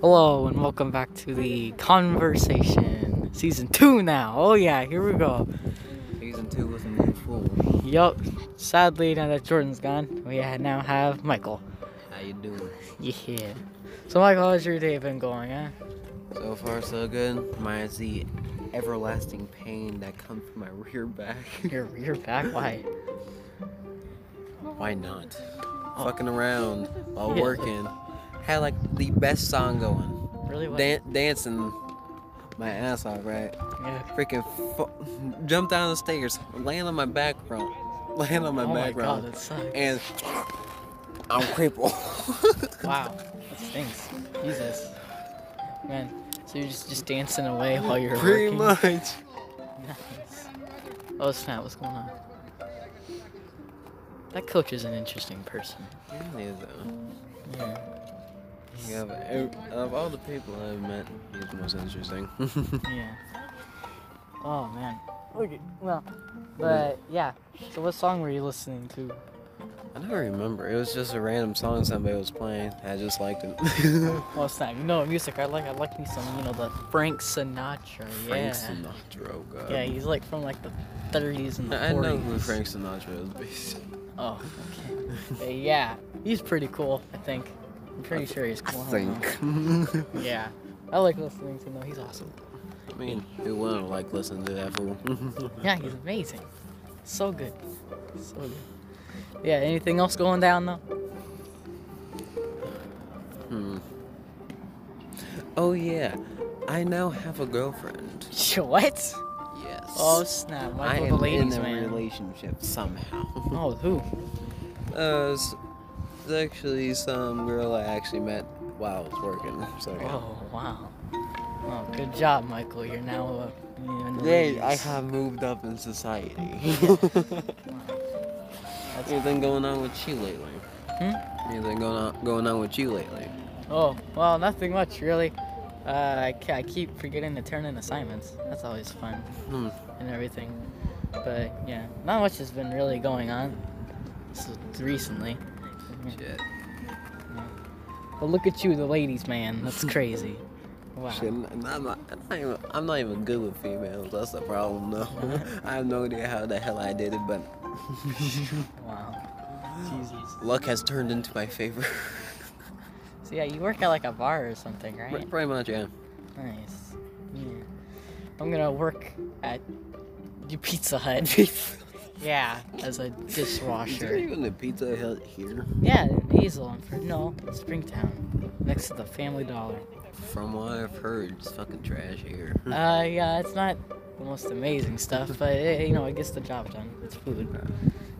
Hello and welcome back to the conversation season two now. Oh yeah, here we go. Season two wasn't really full. Yup. Sadly, now that Jordan's gone, we ha- now have Michael. How you doing? Yeah. So Michael, how's your day been going? Huh? So far, so good. Minus the everlasting pain that comes from my rear back. Your rear back? Why? Why not? Fucking around while Yeah. working. Had like the best song going. Really? What? Dan- dancing my ass off, right? Yeah. Freaking fu- jumped down the stairs, laying on my back, bro. Laying on my Oh my back, god, bro. that sucks. And I'm crippled. Wow, that stinks. Jesus. Man, so you're just just dancing away while you're Pretty working? much. Nice. Oh snap! What's going on? That coach is an interesting person. Yeah, it is, though. Yeah. Yeah, but ev- of all the people I've met, he's the most interesting. Yeah. Oh man. Okay. Well, but yeah. So what song were you listening to? I don't remember. It was just a random song somebody was playing. I just liked it. Well, it's not. No music. I like. I like me some. You know the Frank Sinatra. yeah. Frank Sinatra, oh god. Yeah, he's like from like the 30s and the 40s. I I know who Frank Sinatra is. Based. Oh. Okay. Uh, yeah. He's pretty cool. I think. I'm pretty sure he's cool. I don't know. I Yeah. I like listening to him. though. He's awesome. mean, who wouldn't like listening to that fool? Yeah, he's amazing. So good. So good. Yeah. Anything else going down though? hmm. Oh yeah, I now have a girlfriend. what? Yes. Oh snap! I Michael, am the ladies in a man. relationship somehow. Oh, who? Uh, it's it's actually some girl I actually met while I was working. So yeah. Oh wow! Oh, good job, Michael. You're now a. you're in the Yay, I ladies. have moved up in society. That's- Anything going on with you lately? Hmm? Anything going on going on with you lately? Oh well, nothing much really. Uh, I, ca- I keep forgetting to turn in assignments. That's always fun Hmm. and everything. But yeah, not much has been really going on. So recently. Hmm. Shit. But look at you, the ladies man. That's crazy. Wow. Shit, I'm not, I'm, not, I'm not even, I'm not even good with females. That's the problem, though. I have no idea how the hell I did it, but Wow. Jesus. luck has turned into my favor. So yeah, you work at like a bar or something, right? Pretty much, yeah. Nice. Yeah. I'm gonna work at the Pizza Hut. yeah, as a Is there dishwasher. even a Pizza Hut here? Yeah, in Hazel and Fre- no, Springtown, next to the Family Dollar. From what I've heard, it's fucking trash here. Uh, yeah, it's not the most amazing stuff, but it, you know, it gets the job done. It's food.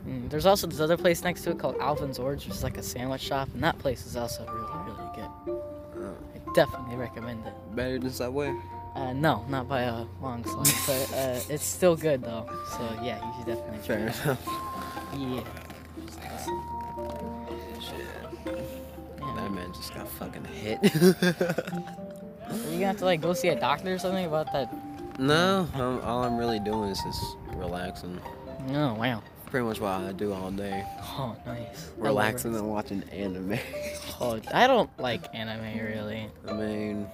Mm, there's also this other place next to it called Alvin's Orange, which is like a sandwich shop, and that place is also really, really good. Uh, I definitely recommend it. better than Subway? Uh, no, not by a long slot, but uh, it's still good though. So yeah, you should definitely try Fair it. enough. Yeah. That man just got fucking hit. Are you gonna have to like go see a doctor or something about that? no, um, all I'm really doing is just relaxing. No, wow. Pretty much what I do all day. Oh, nice. I love Relaxing it. and watching anime. Oh, I don't like anime really. I mean,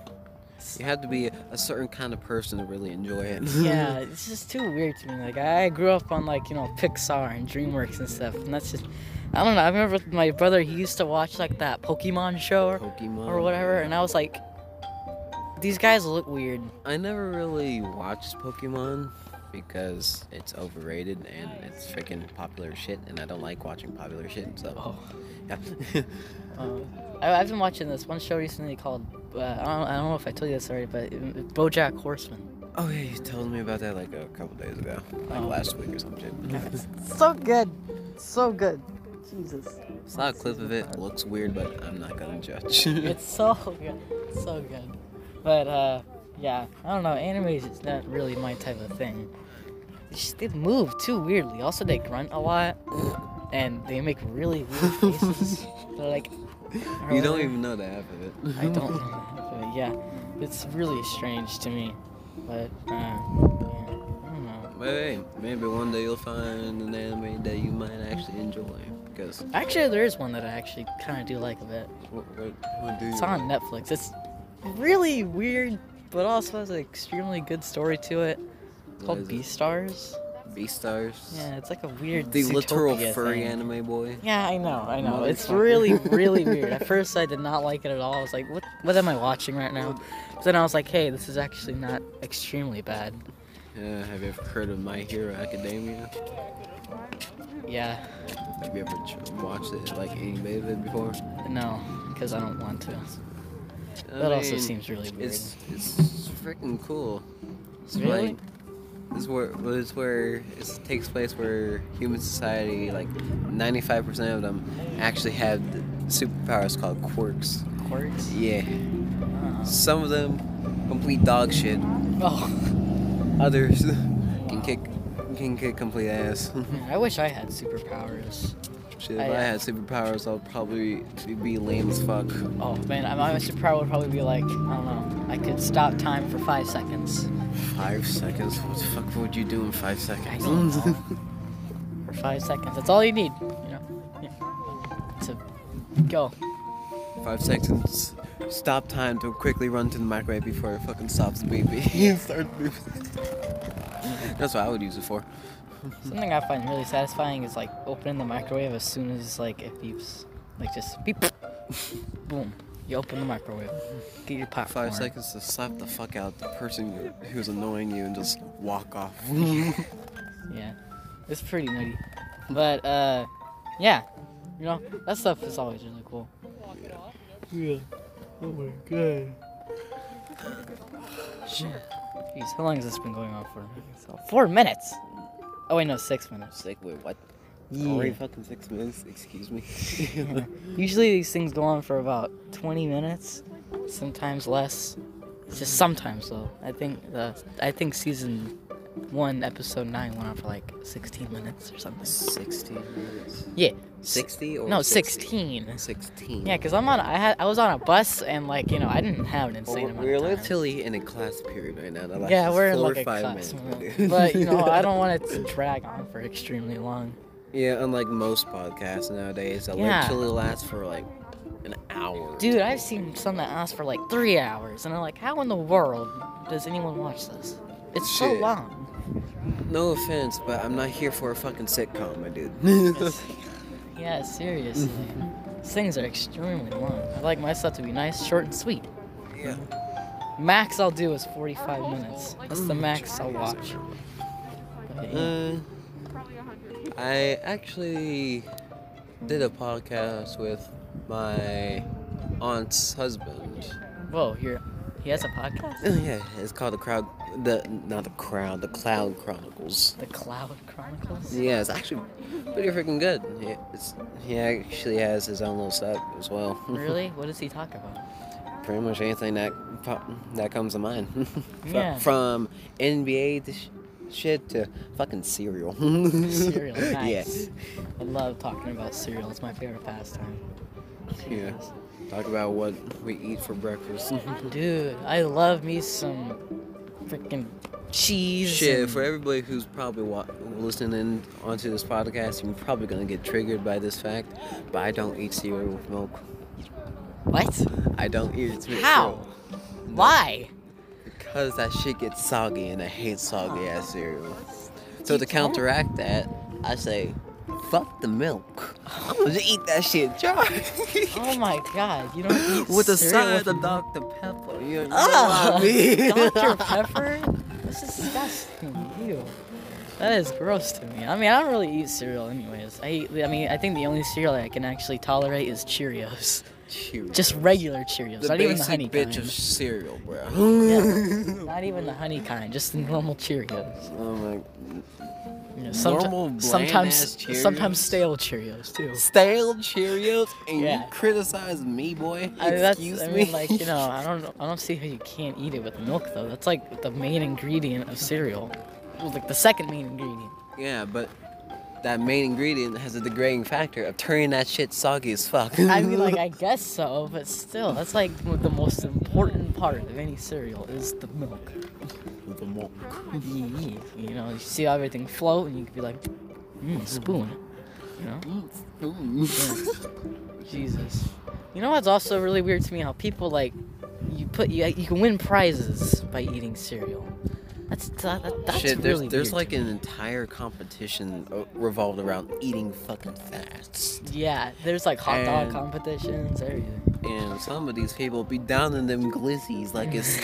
you have to be a certain kind of person to really enjoy it. Yeah, it's just too weird to me. Like I grew up on like you know Pixar and DreamWorks and stuff, and that's just I don't know. I remember with my brother he used to watch like that Pokemon show or, Pokemon. or whatever, and I was like, these guys look weird. I never really watched Pokemon because it's overrated and it's freaking popular shit, and I don't like watching popular shit. So, Oh. yeah. Um, I, I've been watching this one show recently called uh, I, don't, I don't know if I told you this already, but it- it- BoJack Horseman. Oh yeah, you told me about that like a couple days ago, like Oh. last week or something. so good, so good. Jesus, Saw a clip of it. Looks weird, but I'm not gonna judge. it's so good, so good. But uh, yeah, I don't know. Anime is just not really my type of thing. It's just, they move too weirdly. Also, they grunt a lot, and they make really weird faces. They're like, you don't even know the half of it. I don't know. But yeah, it's really strange to me. But uh, yeah, I don't know. But hey, maybe one day you'll find an anime that you might actually enjoy. Because Actually, there is one that I actually kind of do like a bit. what, what, what do you It's on Netflix. It's really weird, but also has an extremely good story to it. It's What called is it? Beastars. Beastars. Yeah, it's like a weird The literal Zootopia furry thing. anime boy. Yeah, I know, I know. It's Motherfucker. really, really weird. At first, I did not like it at all. I was like, "What? What am I watching right now?" But then I was like, "Hey, this is actually not extremely bad." Yeah, Uh, have you ever heard of My Hero Academia? Yeah, Have you ever ch- watched it, like any bit of it before? no, because I don't want to. I That also mean, seems really weird. It's it's freaking cool. It's Really? like this is where well, it's where it takes place where human society like 95% of them actually have th- superpowers called quirks. Quirks. Yeah. Uh, Some of them complete dog shit. oh, Others can kick can kick complete ass. man, I wish I had superpowers. Shit, if I, I, uh, had superpowers, I'd probably be lame as fuck. Oh man, I- my superpower would probably be like, I don't know, I could stop time for five seconds. Five seconds? What the fuck would you do in five I seconds? don't know. for five seconds. That's all you need, you know, yeah, to go. Five seconds. Stop time to quickly run to the microwave before it fucking stops beeping. and starts beeping. That's what I would use it for. Something I find really satisfying is like opening the microwave as soon as like it beeps, like just beep, boom. You open the microwave, get your popcorn. Five seconds to slap the fuck out the person who- who's annoying you and just walk off. Yeah, it's pretty nutty, but uh, yeah, you know that stuff is always really cool. Yeah. Oh my god. Shit. Jeez, how long has this been going on for? So, Four minutes. Oh wait, no, six minutes. It's like, wait, what? Yeah. fucking six minutes? Excuse me. Usually these things go on for about 20 minutes, sometimes less. It's Just sometimes though. I think the I think season one, episode nine went on for like 16 minutes or something. 16 minutes. Yeah. 60 or No, 60? 16. 16. Yeah, cause I'm on. I had I was on a bus and like you know I didn't have an Well, insane amount Oh, we're of time. literally in a class period right now. That lasts yeah, we're in four like or a five class, minutes. moment. but you know I don't want it to drag on for extremely long. Yeah, unlike most podcasts nowadays, that Yeah. literally lasts for like an hour. Dude, I've seen some that last for like three hours, and I'm like, how in the world does anyone watch this? It's so Shit. long. No offense, but I'm not here for a fucking sitcom, my dude. Yeah, seriously. Mm-hmm. These things are extremely long. I like my stuff to be nice, short, and sweet. yeah. Max I'll do is 45 minutes. That's Mm, the max I'll watch. But, yeah. Uh, I actually did a podcast with my aunt's husband. Oh, Whoa, here. He has a podcast? Yeah, it's called the crowd. The not the crowd, the Cloud Chronicles. The Cloud Chronicles? Yeah, it's actually pretty freaking good. Yeah, it's, he actually has his own little set as well. Really? What does he talk about? Pretty much anything that pop- that comes to mind. Fro- Yeah. From NBA to sh- shit to fucking cereal. Cereal, Yeah. nice. I love talking about cereal. It's my favorite pastime. Yeah. Talk about what we eat for breakfast. Mm-hmm. Dude, I love me some freaking cheese. Shit, and- for everybody who's probably wa- listening onto this podcast, you're probably gonna get triggered by this fact, but I don't eat cereal with milk. What? I don't eat it with How? cereal. Why? Because that shit gets soggy and I hate soggy ass cereal. So to counteract that, I say, fuck the milk. I'm gonna just eat that shit dry. Oh my god, you don't eat with a cereal side with of Dr. Pepper. You know Ah, what I mean? Dr. Pepper? That's disgusting. Ew. That is gross to me. I mean, I don't really eat cereal, anyways. I eat, I mean, I think the only cereal I can actually tolerate is Cheerios. Cheerios. Just regular Cheerios, the Oh not basic even the honey bitch kind. of cereal, bro. Not even the honey kind, just the normal Cheerios. Oh my. You know, someti- Normal bland sometimes, ass Cheerios? sometimes stale Cheerios too. Stale Cheerios and Yeah. you criticize me, boy? I mean, that's, Excuse I me? mean, like you know, I don't, I don't see how you can't eat it with milk though. That's like the main ingredient of cereal. Well, like the second main ingredient. yeah, but that main ingredient has a degrading factor of turning that shit soggy as fuck. I mean, like I guess so, but still, that's like mo- the most important part of any cereal is the milk. the milk. Ye- ye, Mm-hmm. You know, you see how everything float, and you can be like, mm, spoon. You know, Ooh. Jesus. You know what's also really weird to me? How people like you put you you can win prizes by eating cereal. That's that, that- that's Shit, there's really there's weird like to an me. entire competition uh, revolved around eating fucking fast, yeah, there's like hot dog and- competitions, everything. and some of these people be down in them glizzies like it's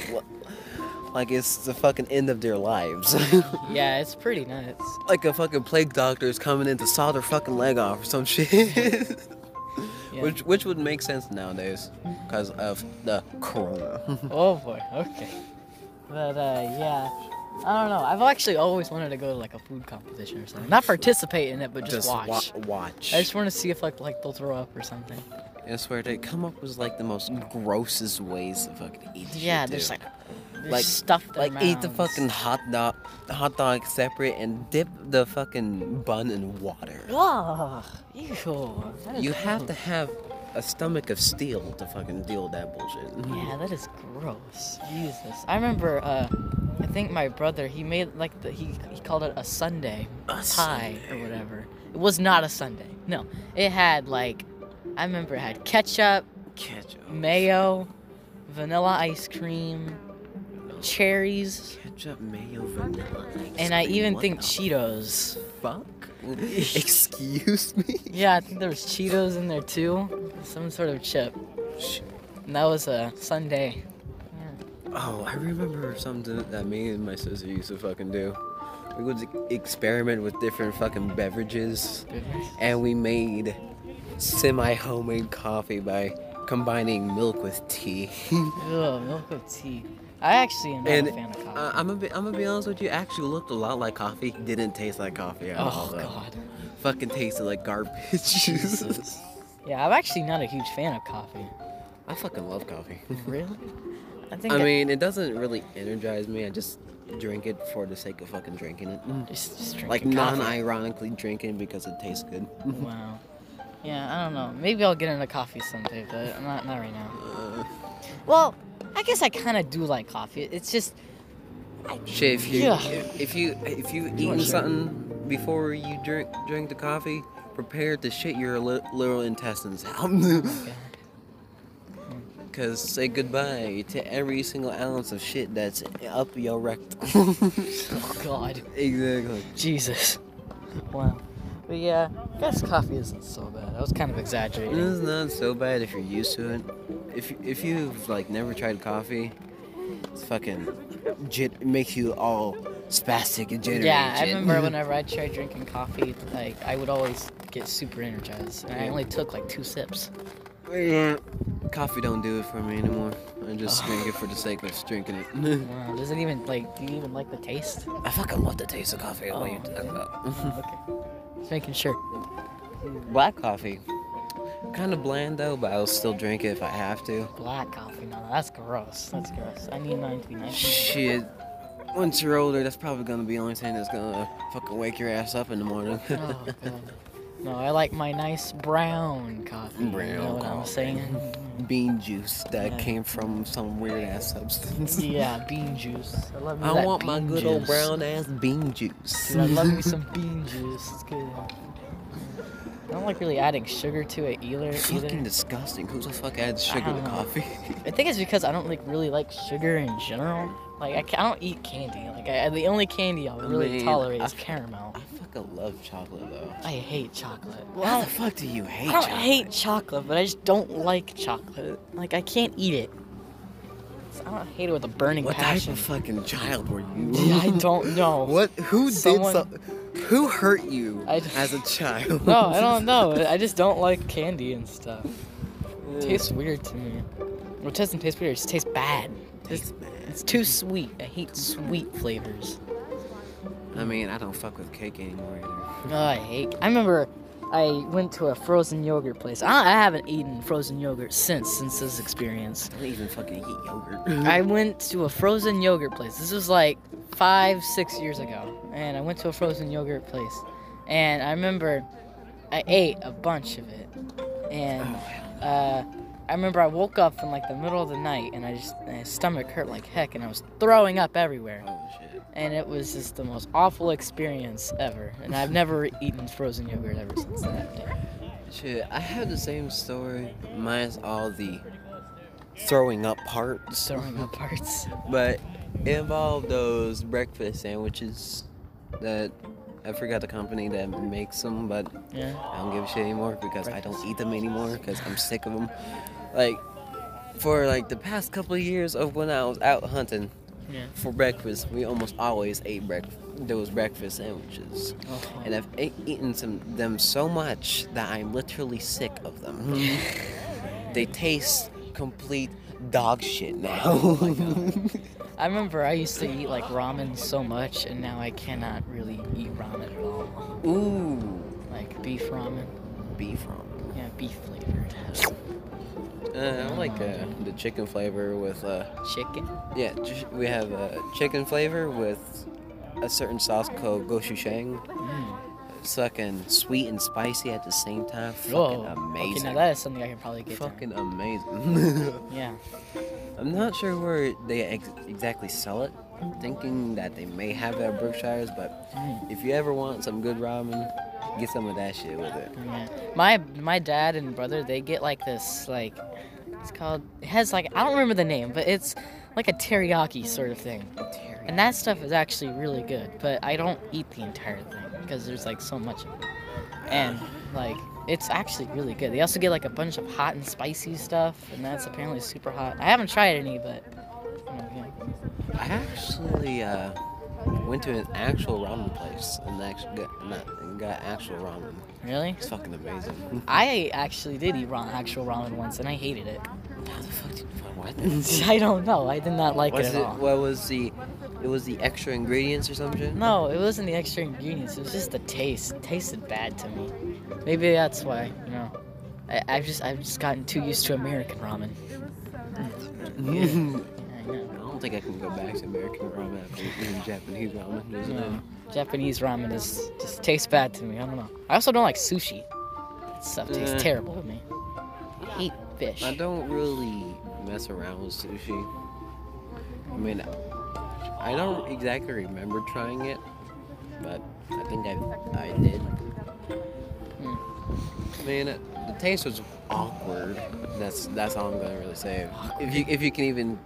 like it's the fucking end of their lives. Yeah, it's pretty nuts. like a fucking plague doctor is coming in to saw their fucking leg off or some shit. Yeah. Which which would make sense nowadays because of the corona. oh boy, okay. But uh, yeah, I don't know. I've actually always wanted to go to like a food competition or something. Not participate in it, but just, watch. wa- watch. I just want to see if like like they'll throw up or something. I swear they come up with like the most grossest ways to fucking eat. this Yeah, shit, there's too. like there's like stuff like eat the fucking hot dog, hot dog separate and dip the fucking bun in water. Whoa, ew. that is You have to gross. have a stomach of steel to fucking deal with that bullshit. Yeah, that is gross. Jesus, I remember. Uh, I think my brother he made like the he he called it a Sunday Mm-hmm. A pie sundae. or whatever. It was not a Sunday. No, it had like I remember it had ketchup, Ketchup. mayo, vanilla ice cream, cherries, Ketchup, mayo, vanilla. ice and I cream, even what think the Cheetos. Fuck. Excuse me. Yeah, I think there was Cheetos in there too, some sort of chip. Sh- And that was a Sunday. Oh, I remember something that me and my sister used to fucking do. We would experiment with different fucking beverages, and we made semi homemade coffee by combining milk with tea. Ugh, milk with tea. I actually am not and a fan of coffee. uh, I'm gonna be I'm gonna be honest with you. it Actually, looked a lot like coffee. Didn't taste like coffee at oh all. though. god. Fucking tasted like garbage. Jesus. Yeah, I'm actually not a huge fan of coffee. I fucking love coffee. Really? I think I mean, it doesn't really energize me. I just drink it for the sake of fucking drinking it. Mm. just, just drinking Like coffee. non-ironically drinking because it tastes good. Wow. Yeah, I don't know. Maybe I'll get into coffee someday, but not not right now. Uh, Well, I guess I kind of do like coffee. It's just shit, if you Yeah. if, if you if you eating want sugar? something before you drink drink the coffee, prepare to shit your li- little intestines out. Cause say goodbye to every single ounce of shit that's up your rectum. oh god. exactly. Jesus. Wow. But yeah, I guess coffee isn't so bad. I was kind of exaggerating. It's not so bad if you're used to it. If if you've like never tried coffee, it's fucking jit it makes you all spastic and jittery. Yeah, and I shit. remember whenever I tried drinking coffee, like I would always get super energized, and I only took like two sips. Yeah. Coffee don't do it for me anymore. I just drink it for the sake of drinking it. Wow, does it even like? Do you even like the taste? I fucking love the taste of coffee. what are you Oh, talking okay. about? okay, just making sure. Black coffee. Kind of bland though, but I'll still drink it if I have to. Black coffee, no, that's gross. That's gross. I need 1990. Shit. Once you're older, that's probably gonna be the only thing that's gonna fucking wake your ass up in the morning. Oh god. No, I like my nice brown coffee. you know Brown what I'm coffee. saying? bean juice that Yeah. came from some weird ass substance. yeah, bean juice. I love me I that want my bean good old juice. brown ass bean juice. Dude, I love me some bean juice. It's good. I don't like really adding sugar to it either. Fucking either. disgusting. Who the fuck adds sugar to don't know. coffee? I think it's because I don't like really like sugar in general. Like I, ca- I don't eat candy. Like I, the only candy I'll really mean, tolerate I- is caramel. I fucking love chocolate though. I hate chocolate. Why the fuck do you hate I don't chocolate? hate chocolate, but I just don't like chocolate. Like I can't eat it. So I don't hate it with a burning what passion. type of fucking child were you? Yeah, I don't know. What? Who Someone- did so? Who hurt you I d- as a child? No, I don't know. I just don't like candy and stuff. It tastes weird to me. Well, it doesn't taste weird. It just tastes bad. Tastes bad. It's too sweet. I hate sweet flavors. I mean, I don't fuck with cake anymore either. Oh, I hate. I remember I went to a frozen yogurt place. I, I haven't eaten frozen yogurt since since this experience. I don't even fucking eat yogurt. I went to a frozen yogurt place. This was like five, six years ago, and I went to a frozen yogurt place, and I remember I ate a bunch of it, and uh, I remember I woke up in like the middle of the night, and I just my stomach hurt like heck, and I was throwing up everywhere. oh shit. and it was just the most awful experience ever. And I've never eaten frozen yogurt ever since that day. Shit, I have the same story. Mine's all the throwing up parts, throwing up parts. but it involved those breakfast sandwiches that I forgot the company that makes them, but Yeah. I don't give a shit anymore because I don't eat them anymore because I'm sick of them. Like for like the past couple of years of when I was out hunting Yeah. for breakfast, we almost always ate breakfast those breakfast sandwiches, Uh-huh. and I've e- eaten some them so much that I'm literally sick of them. they taste complete dog shit now. I remember I used to eat like ramen so much, and now I cannot really eat ramen at all. Ooh, Like beef ramen. beef ramen. Yeah, beef flavored. Uh, I like uh, the chicken flavor with uh, Chicken. Yeah, j- we have a chicken flavor with a certain sauce called gochujang. Mm. Sucking sweet and spicy at the same time. Fucking Whoa. Okay, amazing. now that is something I can probably get. down. Fucking amazing. Yeah. I'm not sure where they ex- exactly sell it. I'm thinking that they may have it at Berkshire's, but Mm. if you ever want some good ramen, get some of that shit with it. Yeah. My my dad and brother they get like this like it's called it has like I don't remember the name but it's like a teriyaki sort of thing Teriyaki. and that stuff is actually really good but I don't eat the entire thing because there's like so much of it and like it's actually really good they also get like a bunch of hot and spicy stuff and that's apparently super hot I haven't tried any but you know, yeah. I actually uh, went to an actual ramen place and actually got, not, and got actual ramen. really It's fucking amazing. I actually did eat ra- actual ramen once and I hated it How the fuck did what? I don't know I did not like Was it at it, all. what was the? It was the extra ingredients or something. No, it wasn't the extra ingredients. It was just the taste. It tasted bad to me. Maybe that's why. You know, I, I've just I've just gotten too used to American ramen. I Yeah, I know. don't think I can go back to American ramen after eating Japanese ramen. There's No, no- Japanese ramen is just tastes bad to me. I don't know. I also don't like sushi. That stuff tastes Yeah. terrible to me. I hate fish. I don't really mess around with sushi. I mean, I don't exactly remember trying it, but I think I I did. Man, it- the taste was awkward. That's that's all I'm gonna really say. If you if you can even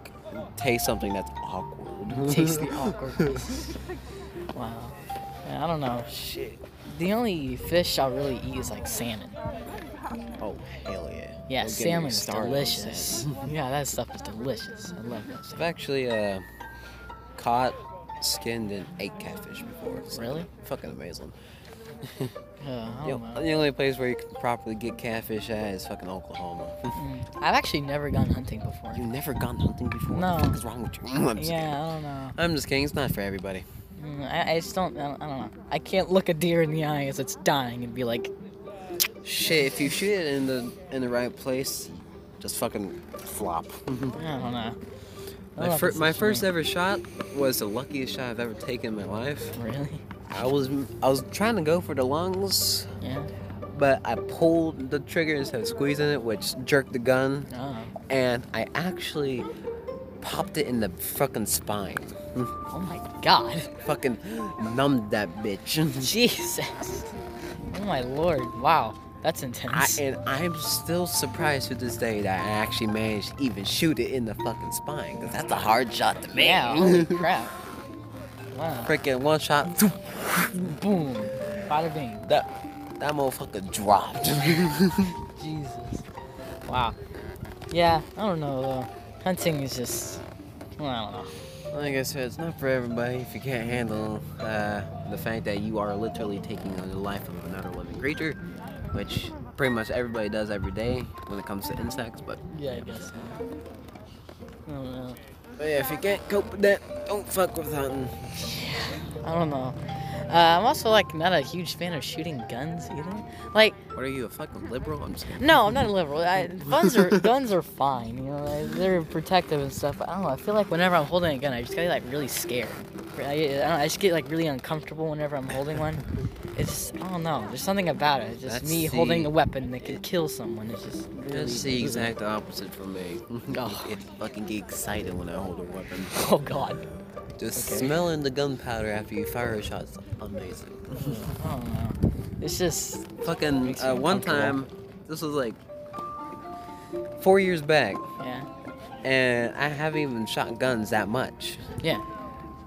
taste something that's awkward. Taste the awkwardness. wow. Yeah, I don't know. Shit. The only fish I'll really eat is like salmon. Oh hell yeah. Yeah, Don't get me salmon is started on delicious. salmon. yeah, that stuff is delicious. I love that stuff. I've actually uh, caught, skinned, and ate catfish before. It's Really? Fucking amazing. Uh, I You don't know, know. the only place where you can properly get catfish at is fucking Oklahoma. Mm. I've actually never gone hunting before. You've never gone hunting before. No. What the fuck is wrong with you? I'm just kidding. Yeah, I don't know. I'm just kidding. It's not for everybody. Mm, I, I just don't. I don't, I don't know. I can't look a deer in the eye as it's dying and be like, Shit, if you shoot it in the in the right place, just fucking flop. I don't know. I don't know my if fir- it's my such a first thing. ever shot was the luckiest shot I've ever taken in my life. Really? I was I was trying to go for the lungs, Yeah. but I pulled the trigger instead of squeezing it, which jerked the gun, Oh. and I actually popped it in the fucking spine. Oh my God. fucking numbed that bitch. Jesus. Oh my Lord. Wow. That's I, intense. and I'm still surprised to this day that I actually managed to even shoot it in the fucking spine, because that's a hard shot to make. yeah. Holy crap. Wow. Freaking one shot, Boom. Bada bing. that, that motherfucker dropped. Jesus. Wow. Yeah. I don't know though. Hunting is just. Well, I don't know. like I said, it's not for everybody if you can't handle uh, the fact that you are literally taking on the life of another living creature, which pretty much everybody does every day when it comes to insects, but Yeah, I guess. So. I don't know. But yeah, if you can't cope with that, don't fuck with hunting. I don't know. Uh, I'm also like not a huge fan of shooting guns either. Like, What are you, a fucking liberal? I'm just kidding. no, I'm not a liberal. I, guns are guns are fine. You know, like, they're protective and stuff. But I don't know. I feel like whenever I'm holding a gun, I just get like really scared. I, I, don't know, I just get like really uncomfortable whenever I'm holding one. It's just, I don't know. There's something about it. It's just That's me the- holding a weapon that could kill someone. It's just really That's the ooh. exact opposite for me. Oh. It fucking get excited when I hold a weapon. Oh God. Just Okay. smelling the gunpowder after you fire a shot's amazing. I don't know. It's just fucking Makes you uh, one uncomfortable. time, this was like four years back. yeah. and I haven't even shot guns that much. Yeah,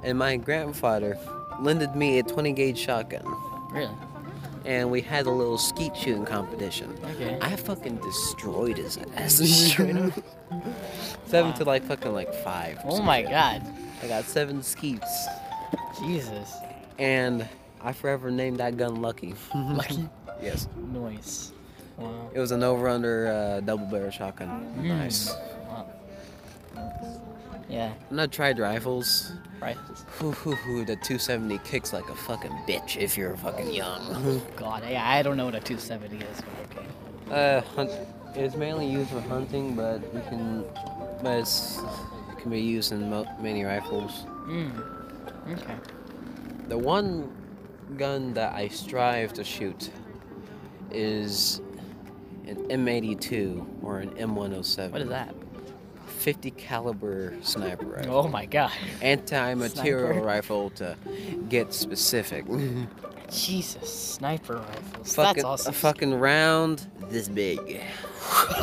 And my grandfather lended me a 20 gauge shotgun, really. and we had a little skeet shooting competition. Okay. I fucking destroyed his ass. straight up. Seven to like fucking like five. or Oh something my like god. that. I got seven skeets, Jesus. and I forever named that gun Lucky. Lucky. yes. Noise. Wow. It was an over under uh, double barrel shotgun. Nice. Wow. Yeah, And I tried rifles. right. Hoo hoo hoo, the 270 kicks like a fucking bitch if you're fucking young. God, I, I don't know what a 270 is, but okay. uh, hunt, it's mainly used for hunting, but you can, but it's, it can be used in mo- many rifles. Mm. Okay. The one gun that I strive to shoot is an M82 or an M107. What is that? 50 caliber sniper rifle. Oh my god. anti-material Sniper. rifle to get specific. Jesus. Sniper rifles. fucking, That's awesome. A fucking round this big.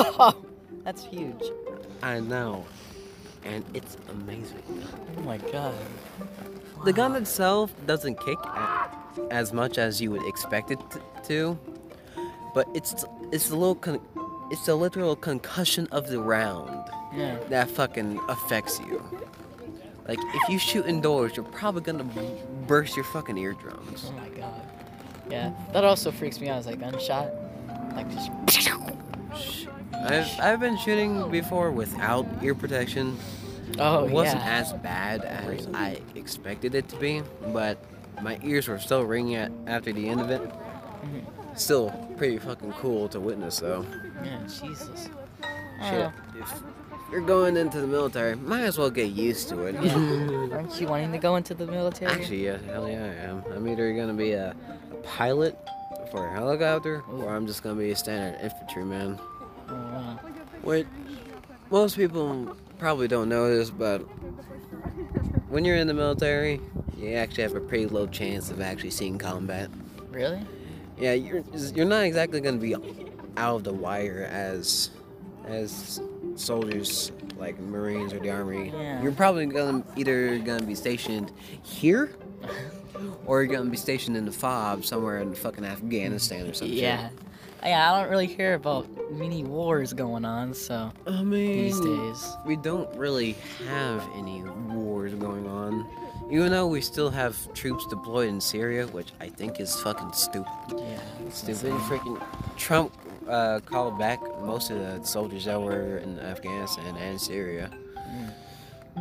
That's huge. I know, and it's amazing. Oh my god. The gun itself doesn't kick a- as much as you would expect it t- to, but it's it's a little con- it's a literal concussion of the round Yeah. that fucking affects you. Like if you shoot indoors, you're probably gonna b- burst your fucking eardrums. Oh my god. Yeah. That also freaks me out. It's like gunshot. Like just. I've, I've been shooting before without ear protection. Oh It wasn't yeah. as bad as I expected it to be, but my ears were still ringing at, after the end of it. Mm-hmm. Still pretty fucking cool to witness, though. yeah. Jesus. I Shit. don't If you're going into the military, might as well get used to it. know. Oh, Aren't you wanting to go into the military? Actually, yeah, hell yeah, I am. I'm either gonna be a, a pilot for a helicopter, or I'm just gonna be a standard infantryman. Oh, wow. What most people probably don't know this, but when you're in the military, you actually have a pretty low chance of actually seeing combat. Really? Yeah, you're you're not exactly gonna be out of the wire as as soldiers like Marines or the Army. Yeah. You're probably gonna either gonna be stationed here. Or you're gonna be stationed in the FOB somewhere in fucking Afghanistan or something. Yeah. Yeah, I don't really hear about many wars going on, so I mean, these days. we don't really have any wars going on. Even though we still have troops deployed in Syria, which I think is fucking stupid. Yeah. Stupid freaking Trump uh, called back most of the soldiers that were in Afghanistan and Syria.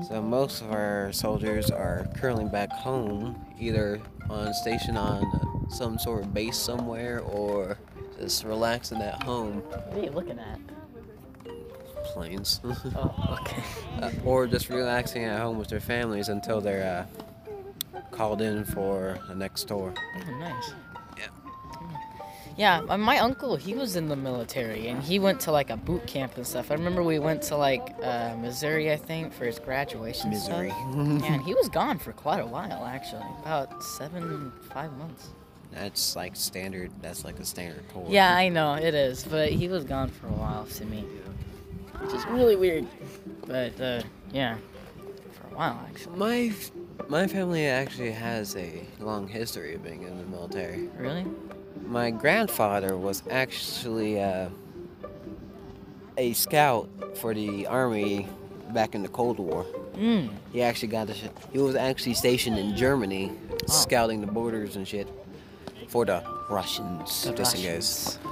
So most of our soldiers are currently back home, either on station on some sort of base somewhere or just relaxing at home. What are you looking at? Planes. Oh, okay. uh, or just relaxing at home with their families until they're uh, called in for the next tour. Oh, nice. Yeah. Yeah, uh, my uncle, he was in the military and he went to like a boot camp and stuff. I remember we went to like uh, Missouri, I think, for his graduation. Misery. Stuff. Yeah, and he was gone for quite a while, actually. About seven, five months. That's like standard. That's like a standard tour. Yeah, I know, it is. But he was gone for a while to me. Which is really weird. But, uh, yeah. For a while, actually. My f- my family actually has a long history of being in the military. Really? My grandfather was actually uh, a scout for the army back in the Cold War. Mm. He actually got the shit. He was actually stationed in Germany, Oh. scouting the borders and shit for the Russians, The just Russians. Jesus. in case.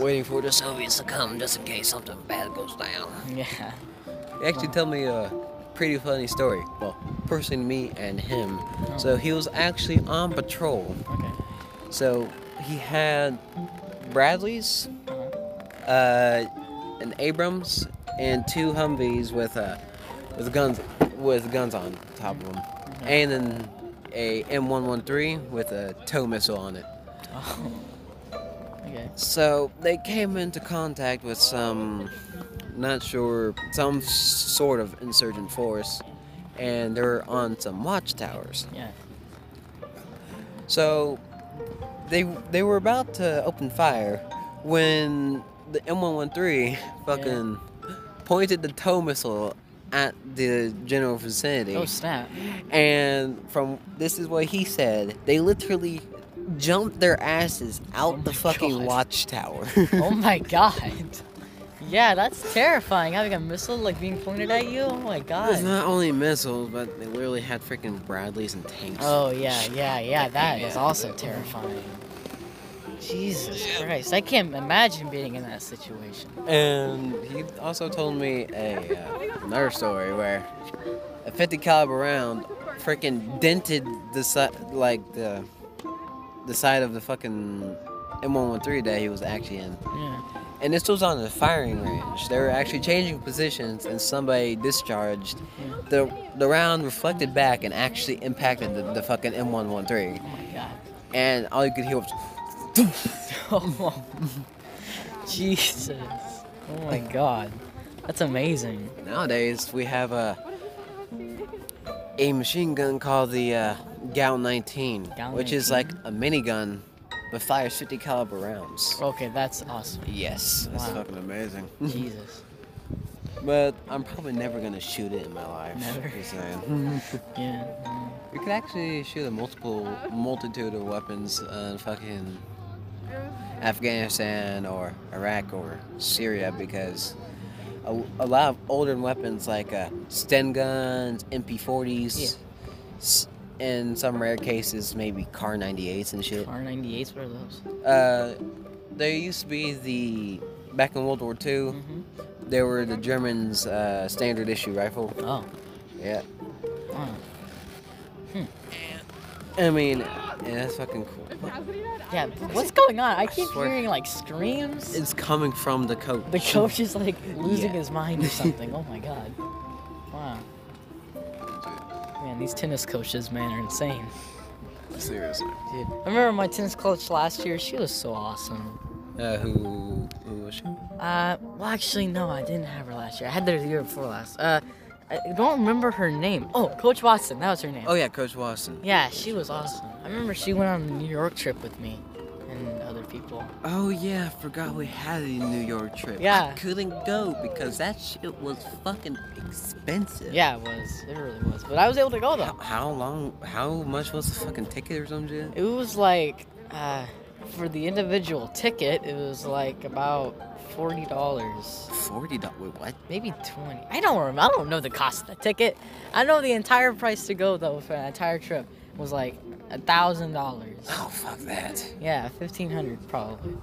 Waiting for the Soviets to come, just in case something bad goes down. Yeah. He Oh. actually told me a pretty funny story. Well, personally, me and him. Oh. So he was actually on patrol. Okay. So he had Bradleys, Uh-huh. uh, an Abrams, and two Humvees with uh, with guns with guns on top of them, and then a M113 with a tow missile on it. Oh. Okay. So they came into contact with some, not sure, some s- sort of insurgent force, and they're on some watchtowers. Yeah. So they they were about to open fire when the M113 fucking pointed the tow missile at the general vicinity. Oh snap! And from this is what he said, they literally jumped their asses out Oh the my fucking God. watchtower. Oh my god! Yeah, that's terrifying. Having a missile like being pointed at you. Oh my It's god. not only missiles, but they literally had freaking Bradleys and tanks. Oh yeah, yeah, yeah. That is also terrifying. Jesus Christ! I can't imagine being in that situation. And he also told me a uh, another story where a 50 caliber round freaking dented the si- like the the side of the fucking M113 that he was actually in. Yeah. And this was on the firing range. They were actually changing positions, and somebody discharged. The the round reflected back and actually impacted the, the fucking M113. Oh my god. And all you could hear was. Oh, Jesus. Oh my god. That's amazing. Nowadays, we have a a machine gun called the uh, Gal 19, Gal which 19? is like a minigun but fires 50 caliber rounds. Okay, that's awesome. Yes, that's Wow. fucking amazing. Jesus. But I'm probably never gonna shoot it in my life. Never. just saying. Yeah. mm. you could actually shoot a multiple multitude of weapons in fucking Afghanistan or Iraq or Syria because a, a lot of older weapons like uh, Sten guns, MP40s, Yeah. s- in some rare cases maybe car 98s and shit. R98s, what are those? Uh, there used to be the back in World War II. hmm There were the Germans' uh, standard issue rifle. Oh. Yeah, oh. I mean, yeah, that's fucking cool. Yeah, what's going on? I keep swear. hearing like screams. It's coming from the coach. The coach is like losing Yeah. his mind or something. Oh my god. Wow. Man, these tennis coaches, man, are insane. Seriously. Dude, I remember my tennis coach last year. She was so awesome. Uh, who, who was she? Uh, well, actually, no, I didn't have her last year. I had her the year before last. Uh, I don't remember her name. Oh, Coach Watson, that was her name. Oh yeah, Coach Watson. Yeah, she was awesome. I remember she went on a New York trip with me and other people. Oh yeah, I forgot we had a New York trip. Yeah. I couldn't go because that shit was fucking expensive. Yeah, it was. It really was. But I was able to go How, though. how long? How much was the fucking ticket or something? It was like, uh, for the individual ticket, it was like about forty dollars, Forty dollars. Wait, what? maybe twenty. I don't remember. I don't know the cost of the ticket. I know the entire price to go though for an entire trip was like a thousand dollars. Oh fuck that. Yeah, fifteen hundred probably.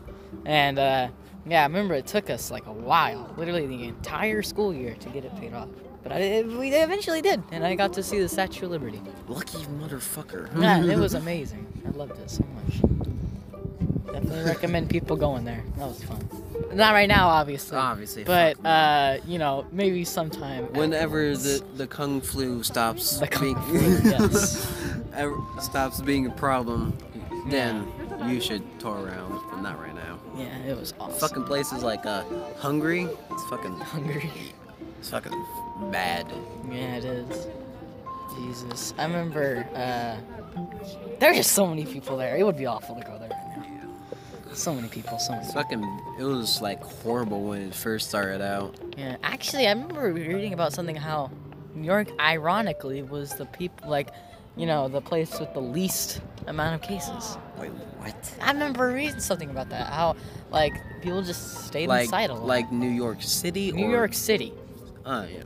And uh, yeah, I remember it took us like a while, literally the entire school year, to get it paid off. But I, it, we eventually did, and I got to see the Statue of Liberty. Lucky motherfucker. Yeah, it was amazing. I loved it so much. Definitely recommend people going there. That was fun. Not right now, obviously. Obviously, But fuck no. uh, you know, maybe sometime. Hmm. Whenever afterwards. the, the kung flu stops The kung being flu, yes. ever- stops being a problem, then you should tour around, but not right now. yeah, it was awesome. Fucking places like uh, Hungary, it's fucking hungry. It's fucking bad. Yeah, it is. Jesus. I remember, uh, there's just so many people there. It would be awful to go there right now. So many people, so many It's people. fucking. It was like horrible when it first started out. Yeah, actually, I remember reading about something how New York, ironically, was the people, like, you know, the place with the least amount of cases. Wait, what? I remember reading something about that. How, like, people just stayed Like inside a lot. like New York City. New or, York City. Oh yeah.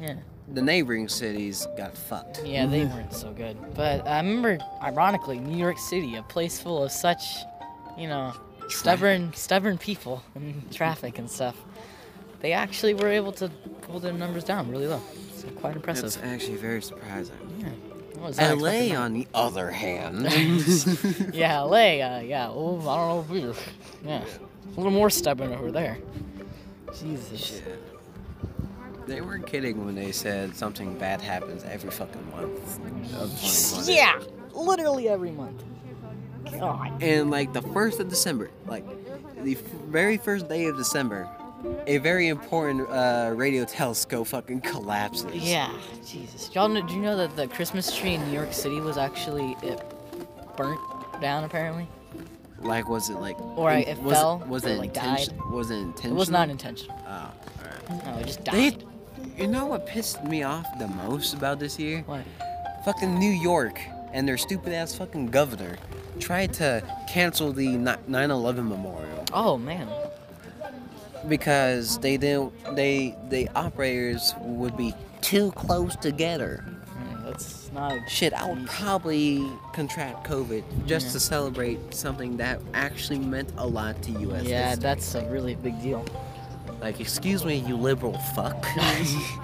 Yeah. The neighboring cities got fucked. Yeah, they weren't so good. But I remember, ironically, New York City, a place full of such, you know, stubborn, stubborn people and traffic and stuff. They actually were able to pull their numbers down really low. It's quite That's impressive. actually very surprising. Yeah. I was not expecting LA, that. on the other hand, yeah, LA. Uh, yeah. Oh, I don't know. if we were- Yeah. A little more stubborn over there. Jesus. Shit. they were kidding when they said something bad happens every fucking month. of 2020. Yeah. Literally every month. God. And like the first of December, like the f- very first day of December, a very important uh, radio telescope fucking collapses. Yeah, Jesus. Y'all know, do you know that the Christmas tree in New York City was actually it burnt down apparently? Like, was it like? Or it was fell, Was or, it like, intention- Was it intentional? It was not intentional. Oh, all right. No, it just They, died. you know what pissed me off the most about this year? What? Fucking New York and their stupid ass fucking governor tried to cancel the ni- 9/11 memorial Oh man. because they didn't they the operators would be too close together. Mm, That's not Shit, I would probably contract COVID just Yeah. to celebrate something that actually meant a lot to you as Yeah, history. that's a really big deal. like excuse me, you liberal fuck. Oh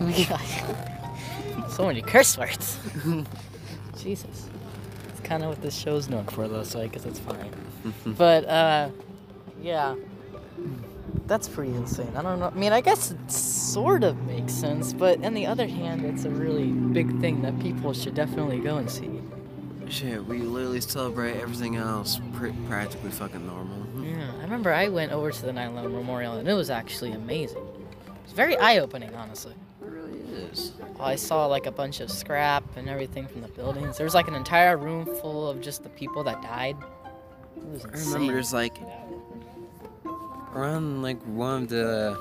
my god. so many curse words. Jesus. It's kind of what this show's known for, though, so I guess it's fine. but, uh, yeah. That's pretty insane. I don't know. I mean, I guess it sort of makes sense, but on the other hand, it's a really big thing that people should definitely go and see. Shit, we literally celebrate everything else pr- practically fucking normal. Yeah, I remember I went over to the 9 11 memorial, and it was actually amazing. It's very eye opening, honestly. It really is. Well, I saw like a bunch of scrap and everything from the buildings. There was like an entire room full of just the people that died. It was I insane. remember it's like around like one of the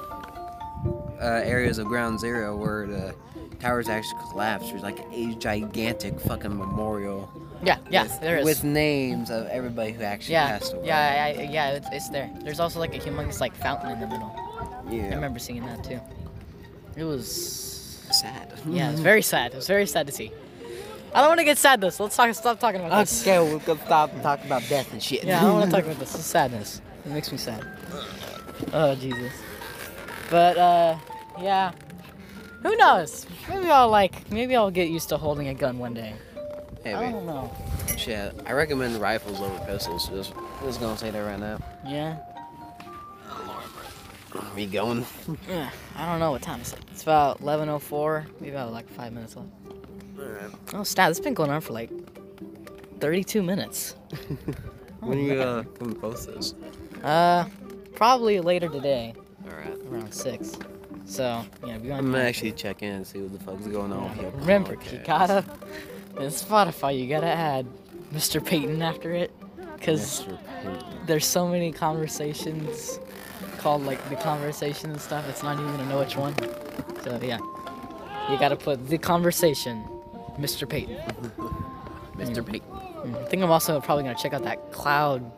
uh, areas of Ground Zero where the towers actually collapsed. There's like a gigantic fucking memorial. yeah, yeah, with, there is. With names of everybody who actually yeah, passed away. yeah, yeah, yeah, it's, it's there. There's also like a humongous like fountain in the middle. I yeah. remember seeing that too. It was Sad. yeah, it was very sad. It was very sad to see. I don't want to get sad though. So let's talk. Stop talking about this. Okay, we can stop talking about death and shit. Yeah, I don't want to talk about this. It's sadness. It makes me sad. Oh Jesus. But uh, yeah. Who knows? Maybe I'll like. Maybe I'll get used to holding a gun one day. I don't know. Shit, I recommend rifles over pistols. Just, just gonna say that right now. Yeah. We going? Yeah. I don't know what time is it. It's about 11:04. We have like five minutes left. Oh, stat. It's been going on for like 32 minutes. When you uh, come post this? Uh, probably later today, Alright. around six. So yeah, we I'm want. gonna actually check in and see what the fuck's going on here. Remember, you gotta in Spotify. You gotta add Mr. Payton after it, cause Mr. Payton. there's so many conversations called like the conversation and stuff. It's not even gonna know which one. So yeah, you gotta put the conversation, Mr. Payton. Mr. Payton. I think I'm also probably gonna check out that Cloud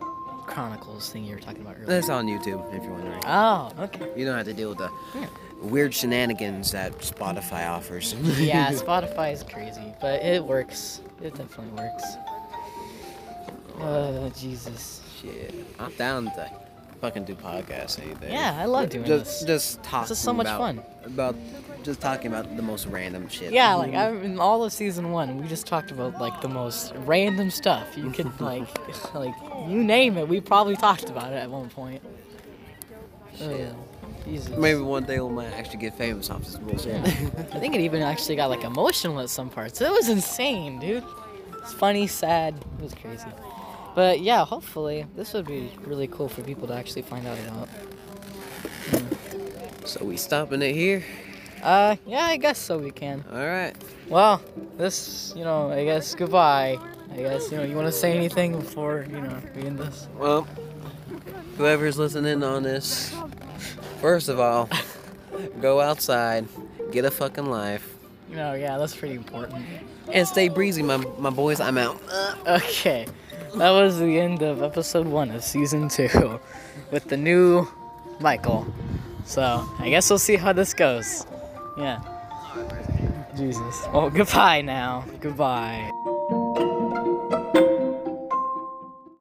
Chronicles thing you were talking about earlier. That's on YouTube, if you're wondering. Oh, okay. You don't have to deal with the Yeah. weird shenanigans that Spotify offers. Yeah, Spotify is crazy, but it works. It definitely works. Oh, Jesus. Shit. I'm down to fucking do podcasts any day. Yeah, I love doing just, this. Just talking is so much about, fun. About just talking about the most random shit. Yeah, like I, in all of season one, we just talked about like the most random stuff. You could like, like you name it, we probably talked about it at one point. Ugh, Jesus. Maybe one day we might actually get famous off this bullshit. I think it even actually got like emotional at some parts. It was insane, dude. It's funny, sad. It was crazy. But yeah, hopefully this would be really cool for people to actually find out about. so we stopping it here. Uh, yeah, I guess so. We can. All right. Well, this, you know, I guess goodbye. I guess you know you want to say anything before you know we end this. Well, whoever's listening on this, first of all, go outside, get a fucking life, No, yeah, that's pretty important. and stay breezy, my my boys. I'm out. Okay, that was the end of episode one of season two with the new Michael. So I guess we'll see how this goes. Yeah. Jesus. Well, goodbye now. Goodbye.